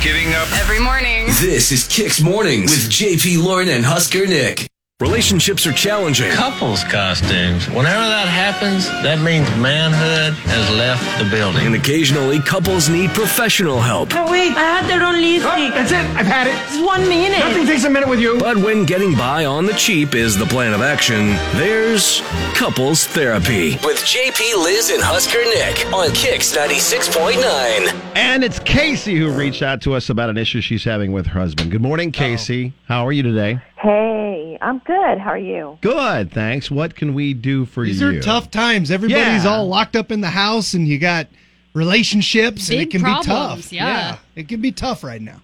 Giving up. Every morning. This is Kicks Mornings with JP Lauren and Husker Nick. Relationships are challenging. couples costumes. Whenever that happens, that means manhood has left the building. And occasionally, couples need professional help. Oh, wait, I have that on Oh, lipstick. that's it. I've had it. It's one minute. Nothing takes a minute with you. But when getting by on the cheap is the plan of action, there's couples therapy. With JP, Liz, and Husker Nick on Kicks 96.9. And it's Casey who reached out to us about an issue she's having with her husband. Good morning, Casey. How are you today? Hey, I'm good. How are you? Good, thanks. What can we do for These you? are tough times. Everybody's Yeah. all locked up in the house, and you got relationships, and Big it can be problems, tough. yeah. it can be tough right now.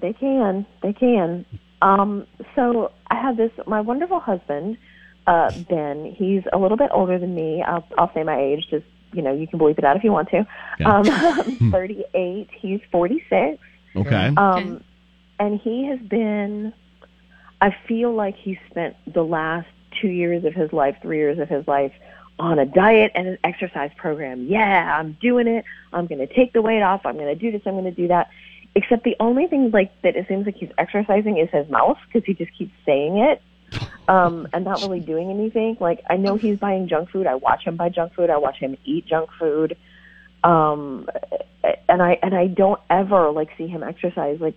They can. They can. Um, so I have this, my wonderful husband, uh, Ben, he's a little bit older than me. I'll, I'll say my age, just, you know, you can bleep it out if you want to. Um, I'm 38. He's 46. Okay. Um, And he has been, I feel like he spent the last two years of his life, three years of his life on a diet and an exercise program. Yeah, I'm doing it. I'm going to take the weight off. I'm going to do this. I'm going to do that. Except the only thing like that it seems like he's exercising is his mouth because he just keeps saying it um, and not really doing anything. Like I know he's buying junk food. I watch him buy junk food. I watch him eat junk food. Um, and I and I don't ever like see him exercise. Like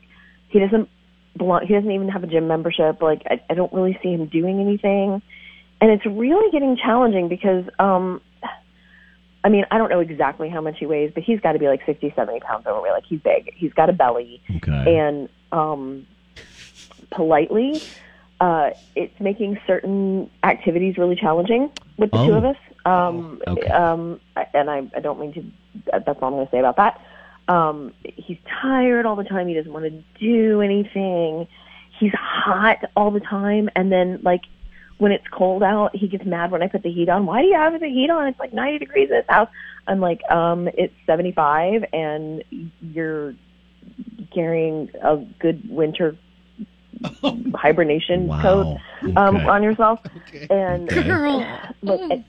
he doesn't belong. He doesn't even have a gym membership. Like I, I don't really see him doing anything. And it's really getting challenging because, um, I mean, I don't know exactly how much he weighs, but he's got to be like sixty, seventy pounds overweight. Like he's big. He's got a belly okay. and um, politely, uh, it's making certain activities really challenging with the two Oh. of us. Um, Okay. um, I- and I, I don't mean to. That's all I'm going to say about that. Um, he's tired all the time. He doesn't want to do anything. He's hot all the time, and then like when it's cold out, he gets mad when I put the heat on. Why do you have the heat on? It's like 90 degrees in this house. I'm like, um, it's 75, and you're carrying a good winter hibernation wow. coat um, Okay. on yourself. And Okay. Girl. look, and,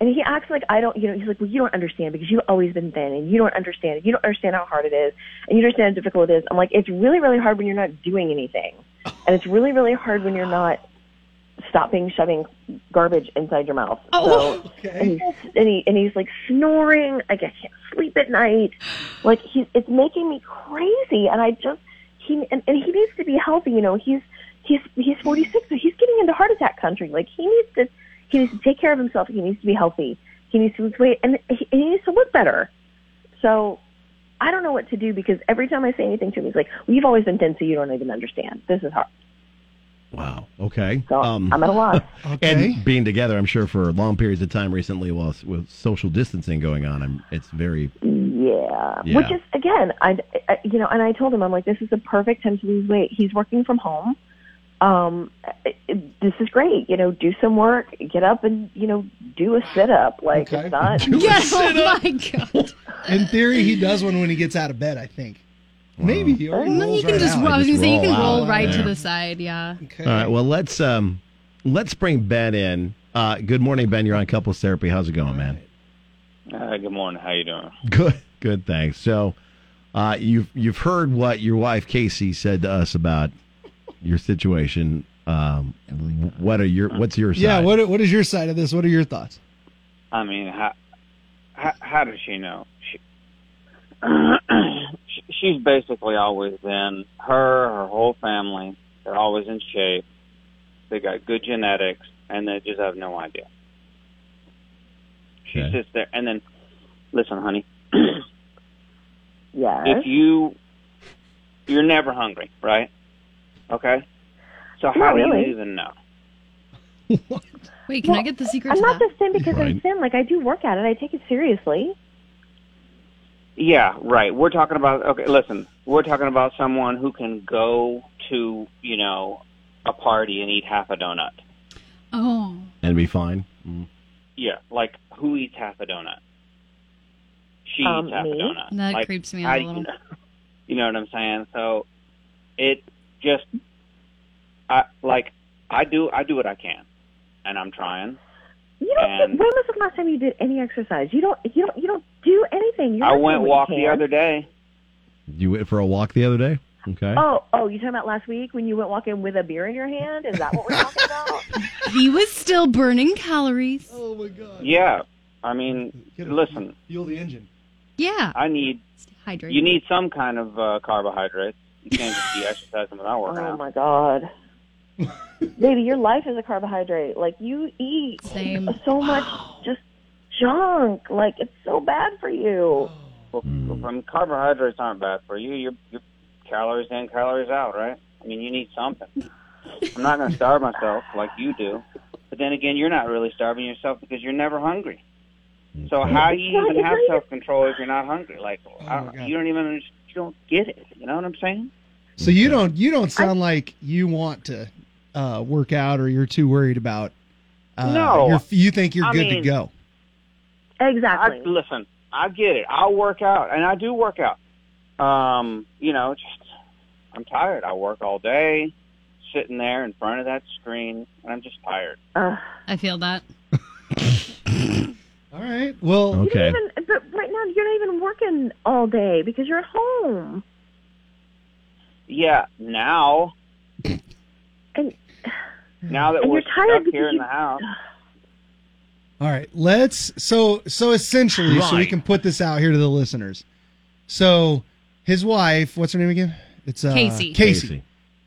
and he acts like I don't. You know, he's like, well, you don't understand because you've always been thin, and you don't understand. You don't understand how hard it is, and you don't understand how difficult it is. I'm like, it's really, really hard when you're not doing anything, and it's really, really hard when you're not stopping shoving garbage inside your mouth. Oh. so, and, he's, and he and he's like snoring. Like I can't sleep at night. Like he's it's making me crazy, and I just he and, and he needs to be healthy. You know, he's he's he's 46, so he's getting into heart attack country. Like he needs to he needs to take care of himself. He needs to be healthy. He needs to lose weight, and he, he needs to look better. So. I don't know what to do because every time I say anything to him, he's like, well, "You've always been thin, so you don't even understand. This is hard." Wow. Okay. Um, So um, I'm at a loss. Okay. And being together, I'm sure, for long periods of time recently, while s- with social distancing going on, I'm, it's very Yeah. Yeah. Which is again, I, I you know, and I told him I'm like, this is the perfect time to lose weight. He's working from home. Um, it- it- this is great. You know, do some work, get up, and you know, do a sit up. Like Okay. it's not. Yes. Oh my god. In theory, he does one when he gets out of bed. I think. Maybe he already And then rolls you can right just. out. Roll, I was gonna Just say you can roll roll out. right to Yeah. the side. Yeah. Okay. All right. Well, let's um, let's bring Ben in. Uh, good morning, Ben. You're on couples therapy. How's it going, man? Uh, good morning. How you doing? Good. Good. Thanks. So, uh, you've you've heard what your wife Casey said to us about your situation. Um, what are your What's your side? yeah. What What is your side of this? What are your thoughts? I mean, how how, how does she know? She, she- she's basically always in. Her, her whole family, they're always in shape. They got good genetics, and they just have no idea. She Okay. sits there, and then listen, honey. Yes. if you you're never hungry, right? Okay. So how Not do really. you even know? Wait, can I Well, get the secret? I'm to not that? just thin because I'm Right. thin. Like I do work at it. I take it seriously. Yeah, right. We're talking about okay, listen, we're talking about someone who can go to, you know, a party and eat half a donut. Oh. And be fine. Mm. Yeah. Like who eats half a donut? She Um, eats half me? a donut. That like, creeps me how out a do you little. know, you know what I'm saying? So it just I like I do I do what I can and I'm trying. You don't. when And- was the last time you did any exercise? You don't. You don't. You don't do anything. You're I not went doing walk what the you other day. You went for a walk the other day? Okay. Oh, oh, you talking about last week when you went walking with a beer in your hand? Is that what we're talking about? He was still burning calories. Oh my god. Yeah. I mean, Get it. listen, Fuel the engine. Yeah. I need Hydrate. you need some kind of uh, carbohydrate. You can't just be exercising without working Oh out. my god. Baby, your life is a carbohydrate. Like you eat Same. so much just junk. Like it's so bad for you. Well, Mm. I mean, carbohydrates aren't bad for you. You're, you're calories in, calories out, right? I mean, you need something. I'm not going to starve myself like you do, but then again, you're not really starving yourself because you're never hungry. So Mm-hmm. how do you even have self control if you're not hungry? Like I Oh my don't, God. you don't even you don't get it. You know what I'm saying? So you don't you don't sound like you want to uh, work out or you're too worried about. Uh, No. you're, you think you're I good to mean- go. I, Exactly. listen, I get it. I'll work out, and I do work out. Um, you know, just I'm tired. I work all day, sitting there in front of that screen, and I'm just tired. Uh, I feel that. All right. Well, you Okay. don't even, but right now you're not even working all day because you're at home. Yeah, now And now that And we're you're tired stuck here because in you- the house, all right. Let's so so essentially so we Right. can put this out here to the listeners. So his wife, what's her name again? It's uh, Casey. Casey.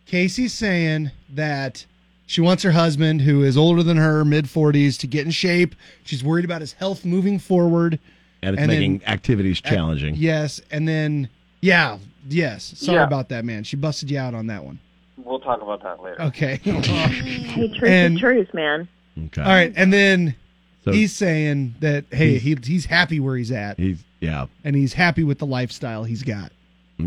Casey's saying that she wants her husband, who is older than her, mid 40s, to get in shape. She's worried about his health moving forward. And it's And then- making activities challenging. Yes. And then, yeah, yes. Sorry Yeah. about that, man. She busted you out on that one. we'll talk about that later. Okay. hey, truth And- is truth, man. Okay. All right. And then So he's saying that, hey, he, he's happy where he's at he's yeah. and he's happy with the lifestyle he's got.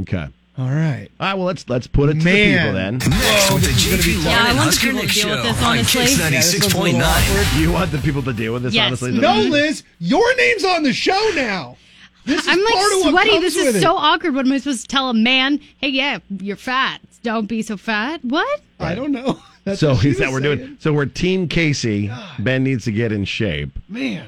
Okay. All right. All right, well let's let's put it to Man. the people Next with the JP Lauren Yeah, I and want Husker people to Nick deal Show with this, on honestly. Kicks Yeah, this one's a little 96.9. awkward. then. You want the people to deal with this, Yes. honestly. No, Liz, your name's on the show now. This is I'm part of like what sweaty. comes This with is it. so awkward. What am I supposed to tell a man? Hey, yeah, you're fat. Don't be so fat. What? I don't know. That's So what she is that was we're saying. doing? So we're Team Casey. Ben needs to get in shape Man.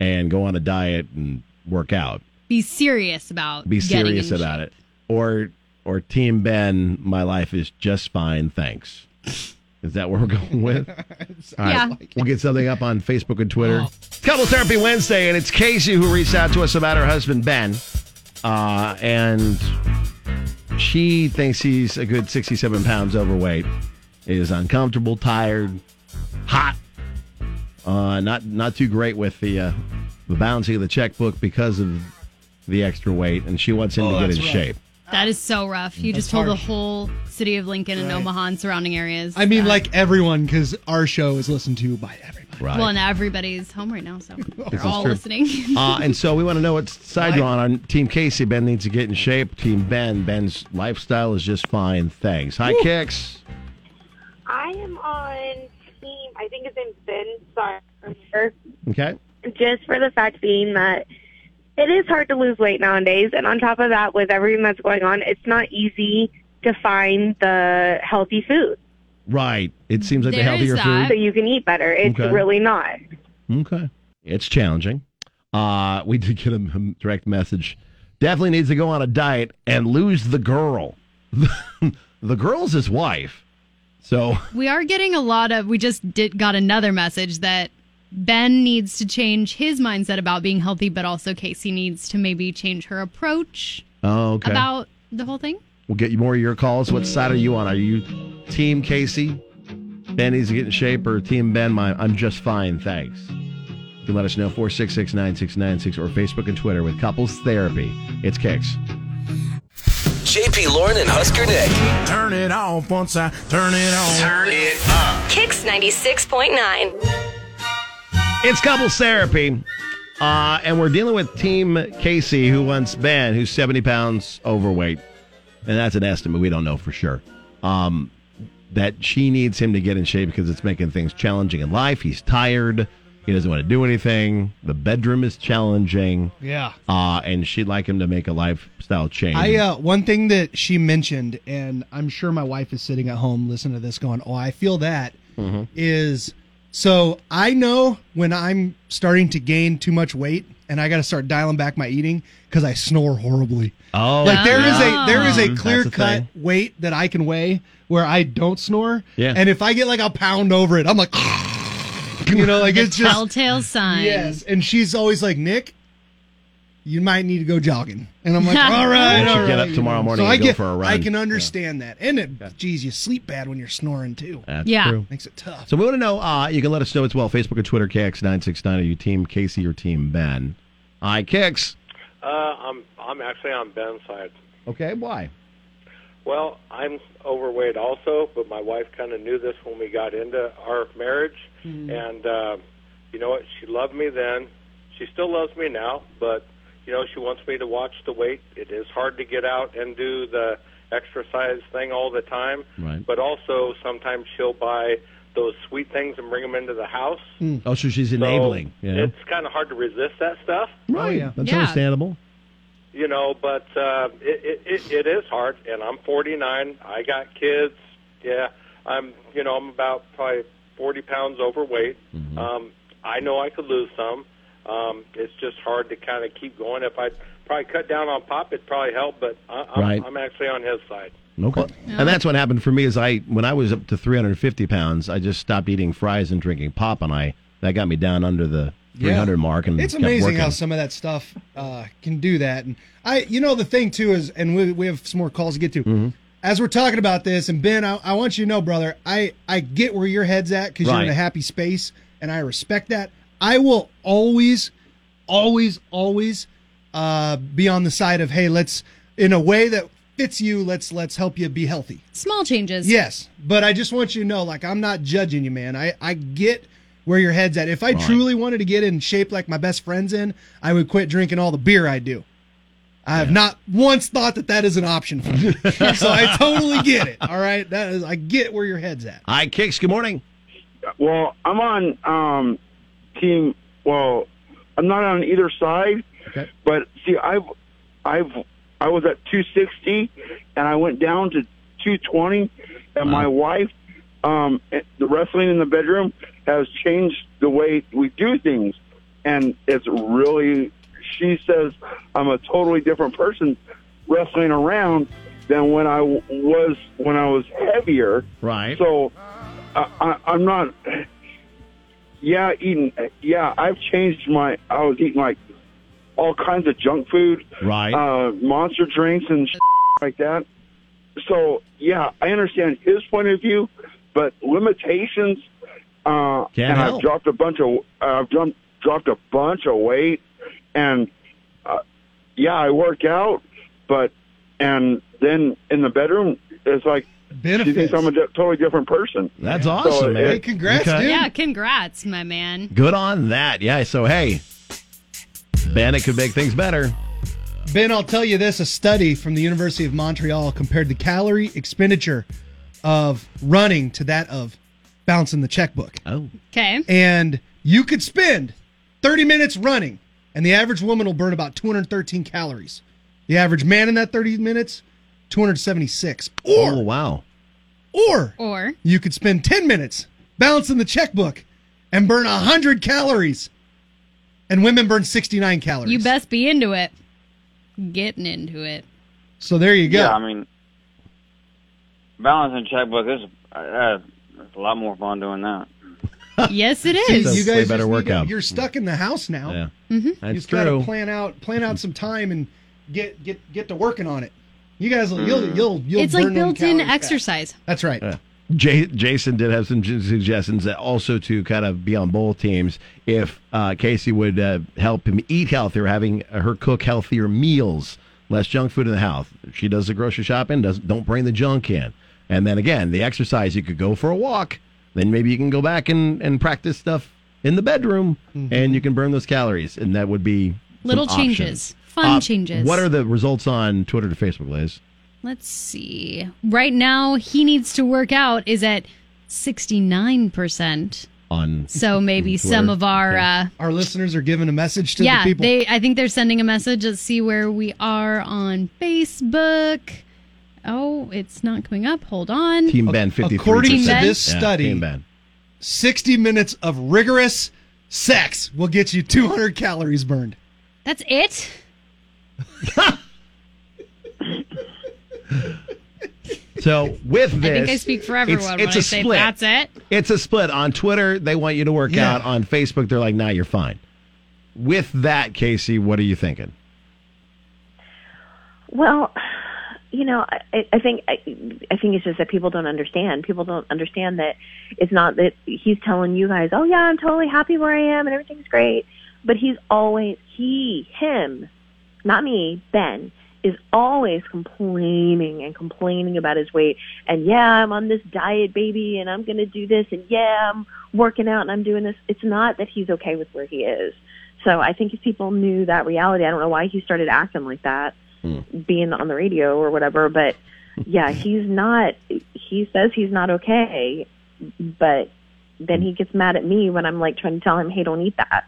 and go on a diet and work out. Be serious about. Be serious about it. Or or Team Ben, my life is just fine, thanks. Is that where we're going with? All Yeah. We'll get something up on Facebook and Twitter. Couple Therapy Wednesday, and it's Casey who reached out to us about her husband, Ben. Uh, and she thinks he's a good 67 pounds overweight, is uncomfortable, tired, hot, uh, not not too great with the, uh, the balancing of the checkbook because of the extra weight, and she wants him to get in that's rough. shape. That is so rough. You just told the whole city of Lincoln and Right. Omaha and surrounding areas. I mean, that- like everyone, because our show is listened to by everybody. Right. Well, and everybody's home right now, so they're is all true. listening. Uh, and so we want to know what side Life- you're on. On Team Casey, Ben needs to get in shape. Team Ben, Ben's lifestyle is just fine. Thanks. Hi, Kicks. I am on team. I think his name's Ben. Sorry, I'm sure. Okay. just for the fact being that it is hard to lose weight nowadays, and on top of that, with everything that's going on, it's not easy to find the healthy food Right. It seems like the There healthier is that. so you can eat better. It's Okay. really not. food. Okay. It's challenging. Uh, we did get a m- direct message. Definitely needs to go on a diet and lose the girl. the girl's his wife. So we are getting a lot of. We just did got another message that Ben needs to change his mindset about being healthy, but also Casey needs to maybe change her approach oh, okay. about the whole thing. We'll get you more of your calls. What side are you on? Are you Team Casey? Ben needs to get in shape, or Team Ben? My, I'm just fine, thanks. You can let us know 466 9696 or Facebook and Twitter with Couples Therapy. It's Kicks. JP Lauren and Husker Nick. Turn it off once I turn it on. Turn it Kicks 96.9. It's Couples Therapy. Uh, and we're dealing with Team Casey, who wants Ben, who's 70 pounds overweight. And that's an estimate. We don't know for sure. Um, that she needs him to get in shape because it's making things challenging in life. He's tired. He doesn't want to do anything. The bedroom is challenging. Yeah. Uh, and she'd like him to make a lifestyle change. I uh, one thing that she mentioned, Mm-hmm. and I'm sure my wife is sitting at home listening to this, going, "Oh, I feel that," is So I know when I'm starting to gain too much weight and I got to start dialing back my eating because I snore horribly. Oh, like there is yeah. a there is a Mhm, clear that's a cut weight that I can weigh where I don't snore. Yeah. And if I get like a pound over it, I'm like, you know, like it's just Telltale sign. yes. And she's always like, Nick, you might need to go jogging. And I'm like, all right, You should all get right, up you tomorrow know. morning I and go get- for a run. I can understand that. And it, geez, you sleep bad when you're snoring too. That's Yeah. true. Makes it tough. So we want to know. Uh, you can let us know as well. Facebook or Twitter, KX969. Are you team Casey or team Ben? I Kix. Uh, I'm I'm actually on Ben's side. Okay, why? Well, I'm overweight also, but my wife kind of knew this when we got into our marriage, Hmm. and uh, you know what? She loved me then. She still loves me now, but you know she wants me to watch the weight. It is hard to get out and do the exercise thing all the time, Right. but also sometimes she'll buy those sweet things and bring them into the house. Hmm. Oh, so she's So enabling. yeah. It's kind of hard to resist that stuff. Oh, right. That's Yeah. understandable. you know, but uh, it, it, it it is hard. And I'm 49. I got kids. Yeah, I'm you know I'm about probably 40 pounds overweight. Um, I know I could lose some. Um, it's just hard to kind of keep going. If I probably cut down on pop, it'd probably help. But I, I'm, Right. I'm actually on his side. Okay. And that's what happened for me is I when I was up to 350 pounds, I just stopped eating fries and drinking pop, and I that got me down under the 300 mark. And It's kept amazing how working. some of that stuff uh, can do that. And I, you know, the thing too is, and we, we have some more calls to get to. Mm-hmm. As we're talking about this, and Ben, I, I want you to know, brother, I I get where your head's at because you're in Right. a happy space, and I respect that. I will always, always, always uh, be on the side of hey, let's in a way that fits you. Let's let's help you be healthy. Small changes. Yes, but I just want you to know, like, I'm not judging you, man. I, I get where your head's at. If I truly wanted to get in shape like my best friend's in, I would quit drinking all the beer I do. I have not once thought that that is an option for me. so I totally get it. All right, that is, I get where your head's at. Hi, Kicks. Good morning. Well, I'm on um, team. Well, I'm not on either side, Okay. but see, I've, I've, I was at 260, and I went down to 220, and my Uh-huh. wife, um, the wrestling in the bedroom has changed the way we do things, and it's really. She says I'm a totally different person wrestling around than when I w- was when I was heavier. Right. So I, I, I'm not. Yeah, eating. Yeah, I've changed my. I was eating like all kinds of junk food, right. uh, monster drinks, and shit like that. So yeah, I understand his point of view, but limitations. Uh, Can't and help. I've dropped a bunch of. I've dropped dropped a bunch of weight, and uh, yeah, I work out, but and then in the bedroom, it's like she Benefits. thinks I'm a di- totally different person. that's So, awesome, man. Hey, congrats, Okay. dude. Yeah, congrats, my man. Good on that. Yeah. So hey, Ben, it could make things better. Ben, I'll tell you this a study from the University of Montreal compared the calorie expenditure of running to that of bouncing the checkbook. Oh, Okay. and you could spend 30 minutes running, and the average woman will burn about 213 calories. The average man in that 30 minutes, 276. Or, oh, wow. or Or you could spend 10 minutes balancing the checkbook and burn 100 calories. And women burn 69 calories. you best be into it. Getting into it. So there you go. Yeah, I mean, balancing checkbook is uh, it's a lot more fun doing that. Yes, it You- is. That's you way guys just need better to- workout. You're stuck in the house now. Yeah. You That's just gotta true. plan out plan out some time and get get get to working on it. You guys, will Mm. you'll you'll you'll. It's burn like them built-in calories fast. exercise. That's right. J- Jason did have some j- suggestions that also to kind of be on both teams. If uh, Casey would uh, help him eat healthier, having her cook healthier meals, less junk food in the house. She does the grocery shopping. Does don't bring the junk in. And then again, the exercise. You could go for a walk. Then maybe you can go back and, and practice stuff in the bedroom, Mm-hmm. and you can burn those calories. And that would be some Little options. changes. Fun Uh, changes. What are the results on Twitter to Facebook, Liz? Let's see. Right now, he needs to work out is at 69%. On So maybe Mm, some Twitter. of our uh Our listeners are giving a message to yeah, the people. they I think they're sending a message. Let's see where we are on Facebook. Oh, it's not coming up. Hold on. Team Ben fifty three. According Team to Ben? this Yeah, study, Team Ben. 60 minutes of rigorous sex will get you 200 calories burned. That's it? So with I this, think I speak for everyone it's, when it's I a say split. that's it. It's a split. On Twitter, they want you to work Yeah. out. On Facebook, they're like, "Nah, you're fine." With that, Casey, what are you thinking? Well, you know, I, I think I, I think it's just that people don't understand. People don't understand that it's not that he's telling you guys, "Oh yeah, I'm totally happy where I am and everything's great," but he's always he him, not me, Ben is always complaining and complaining about his weight and yeah i'm on this diet baby and i'm going to do this and yeah i'm working out and i'm doing this it's not that he's okay with where he is so i think if people knew that reality i don't know why he started acting like that being on the radio or whatever. But yeah, he's not. He says he's not okay, but then he gets mad at me when I'm like trying to tell him, "Hey, don't eat that."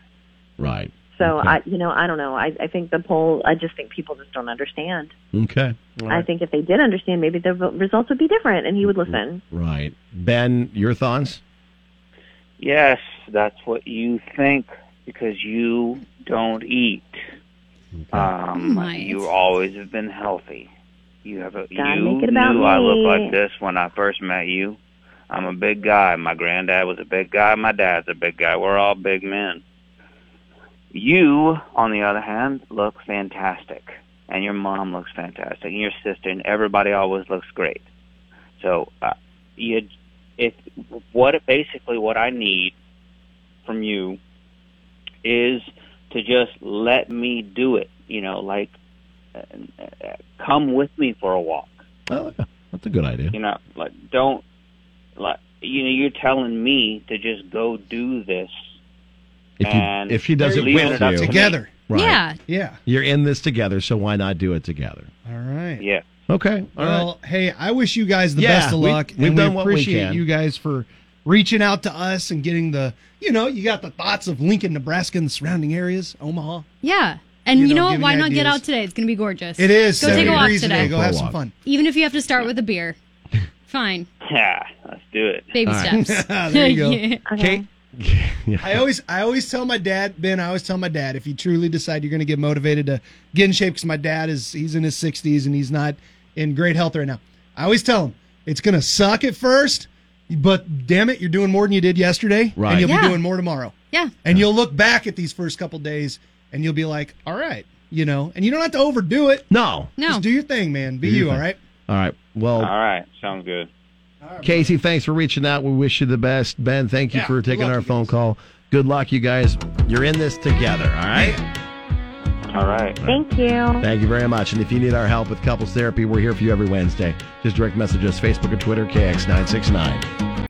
Right. So I, you know, I don't know. I, I think the poll. I just think people just don't understand. Okay. I think if they did understand, maybe the v- results would be different, and he would listen. Right. Ben, your thoughts? Yes, that's what you think because you don't eat. Um, Nice. you always have been healthy. You have a, Gotta you make it about knew I looked me. like this when I first met you. I'm a big guy. My granddad was a big guy. My dad's a big guy. We're all big men. You, on the other hand, look fantastic, and your mom looks fantastic, and your sister, and everybody always looks great. So, uh, you, if what basically what I need from you is to just let me do it. You know, like uh, uh, come with me for a walk. Oh, yeah. That's a good idea. You know, like don't like you know you're telling me to just go do this. If you- and if she does it leave with it up you. to me. Together. Right. Yeah. Yeah. You're in this together, so why not do it together? All right. Yeah. Okay. All right. well, hey, I wish you guys the Yeah, best of we- luck. we've and done we what we appreciate can. you guys for reaching out to us and getting the, you know, you got the thoughts of Lincoln, Nebraska and the surrounding areas, Omaha. Yeah. And You you, know, know what? giving Why not get ideas. out today? It's going to be gorgeous. It is. Go take 70 a walk degrees today. Go have some fun. Even if you have to start with a beer. Fine. Yeah, let's do it. Baby All right. steps. Ah, There you go. Okay. Um, I always, I always tell my dad, Ben. I always tell my dad if you truly decide you're going to get motivated to get in shape, because my dad is he's in his 60s and he's not in great health right now. I always tell him it's going to suck at first, but damn it, you're doing more than you did yesterday, Right. and you'll Yeah. be doing more tomorrow. Yeah, and you'll look back at these first couple days and you'll be like, all right, you know, and you don't have to overdo it. No, no, just do your thing, man. Be Do your you, all thing. right? All right. Well, All right, sounds good. Casey, thanks for reaching out. We wish you the best. Ben, thank you Yeah, for good taking luck, our phone call. Good luck, you guys. You're in this together, all right? All right. Thank you. Thank you very much. And if you need our help with couples therapy, we're here for you every Wednesday. Just direct message us, Facebook or Twitter, KX969.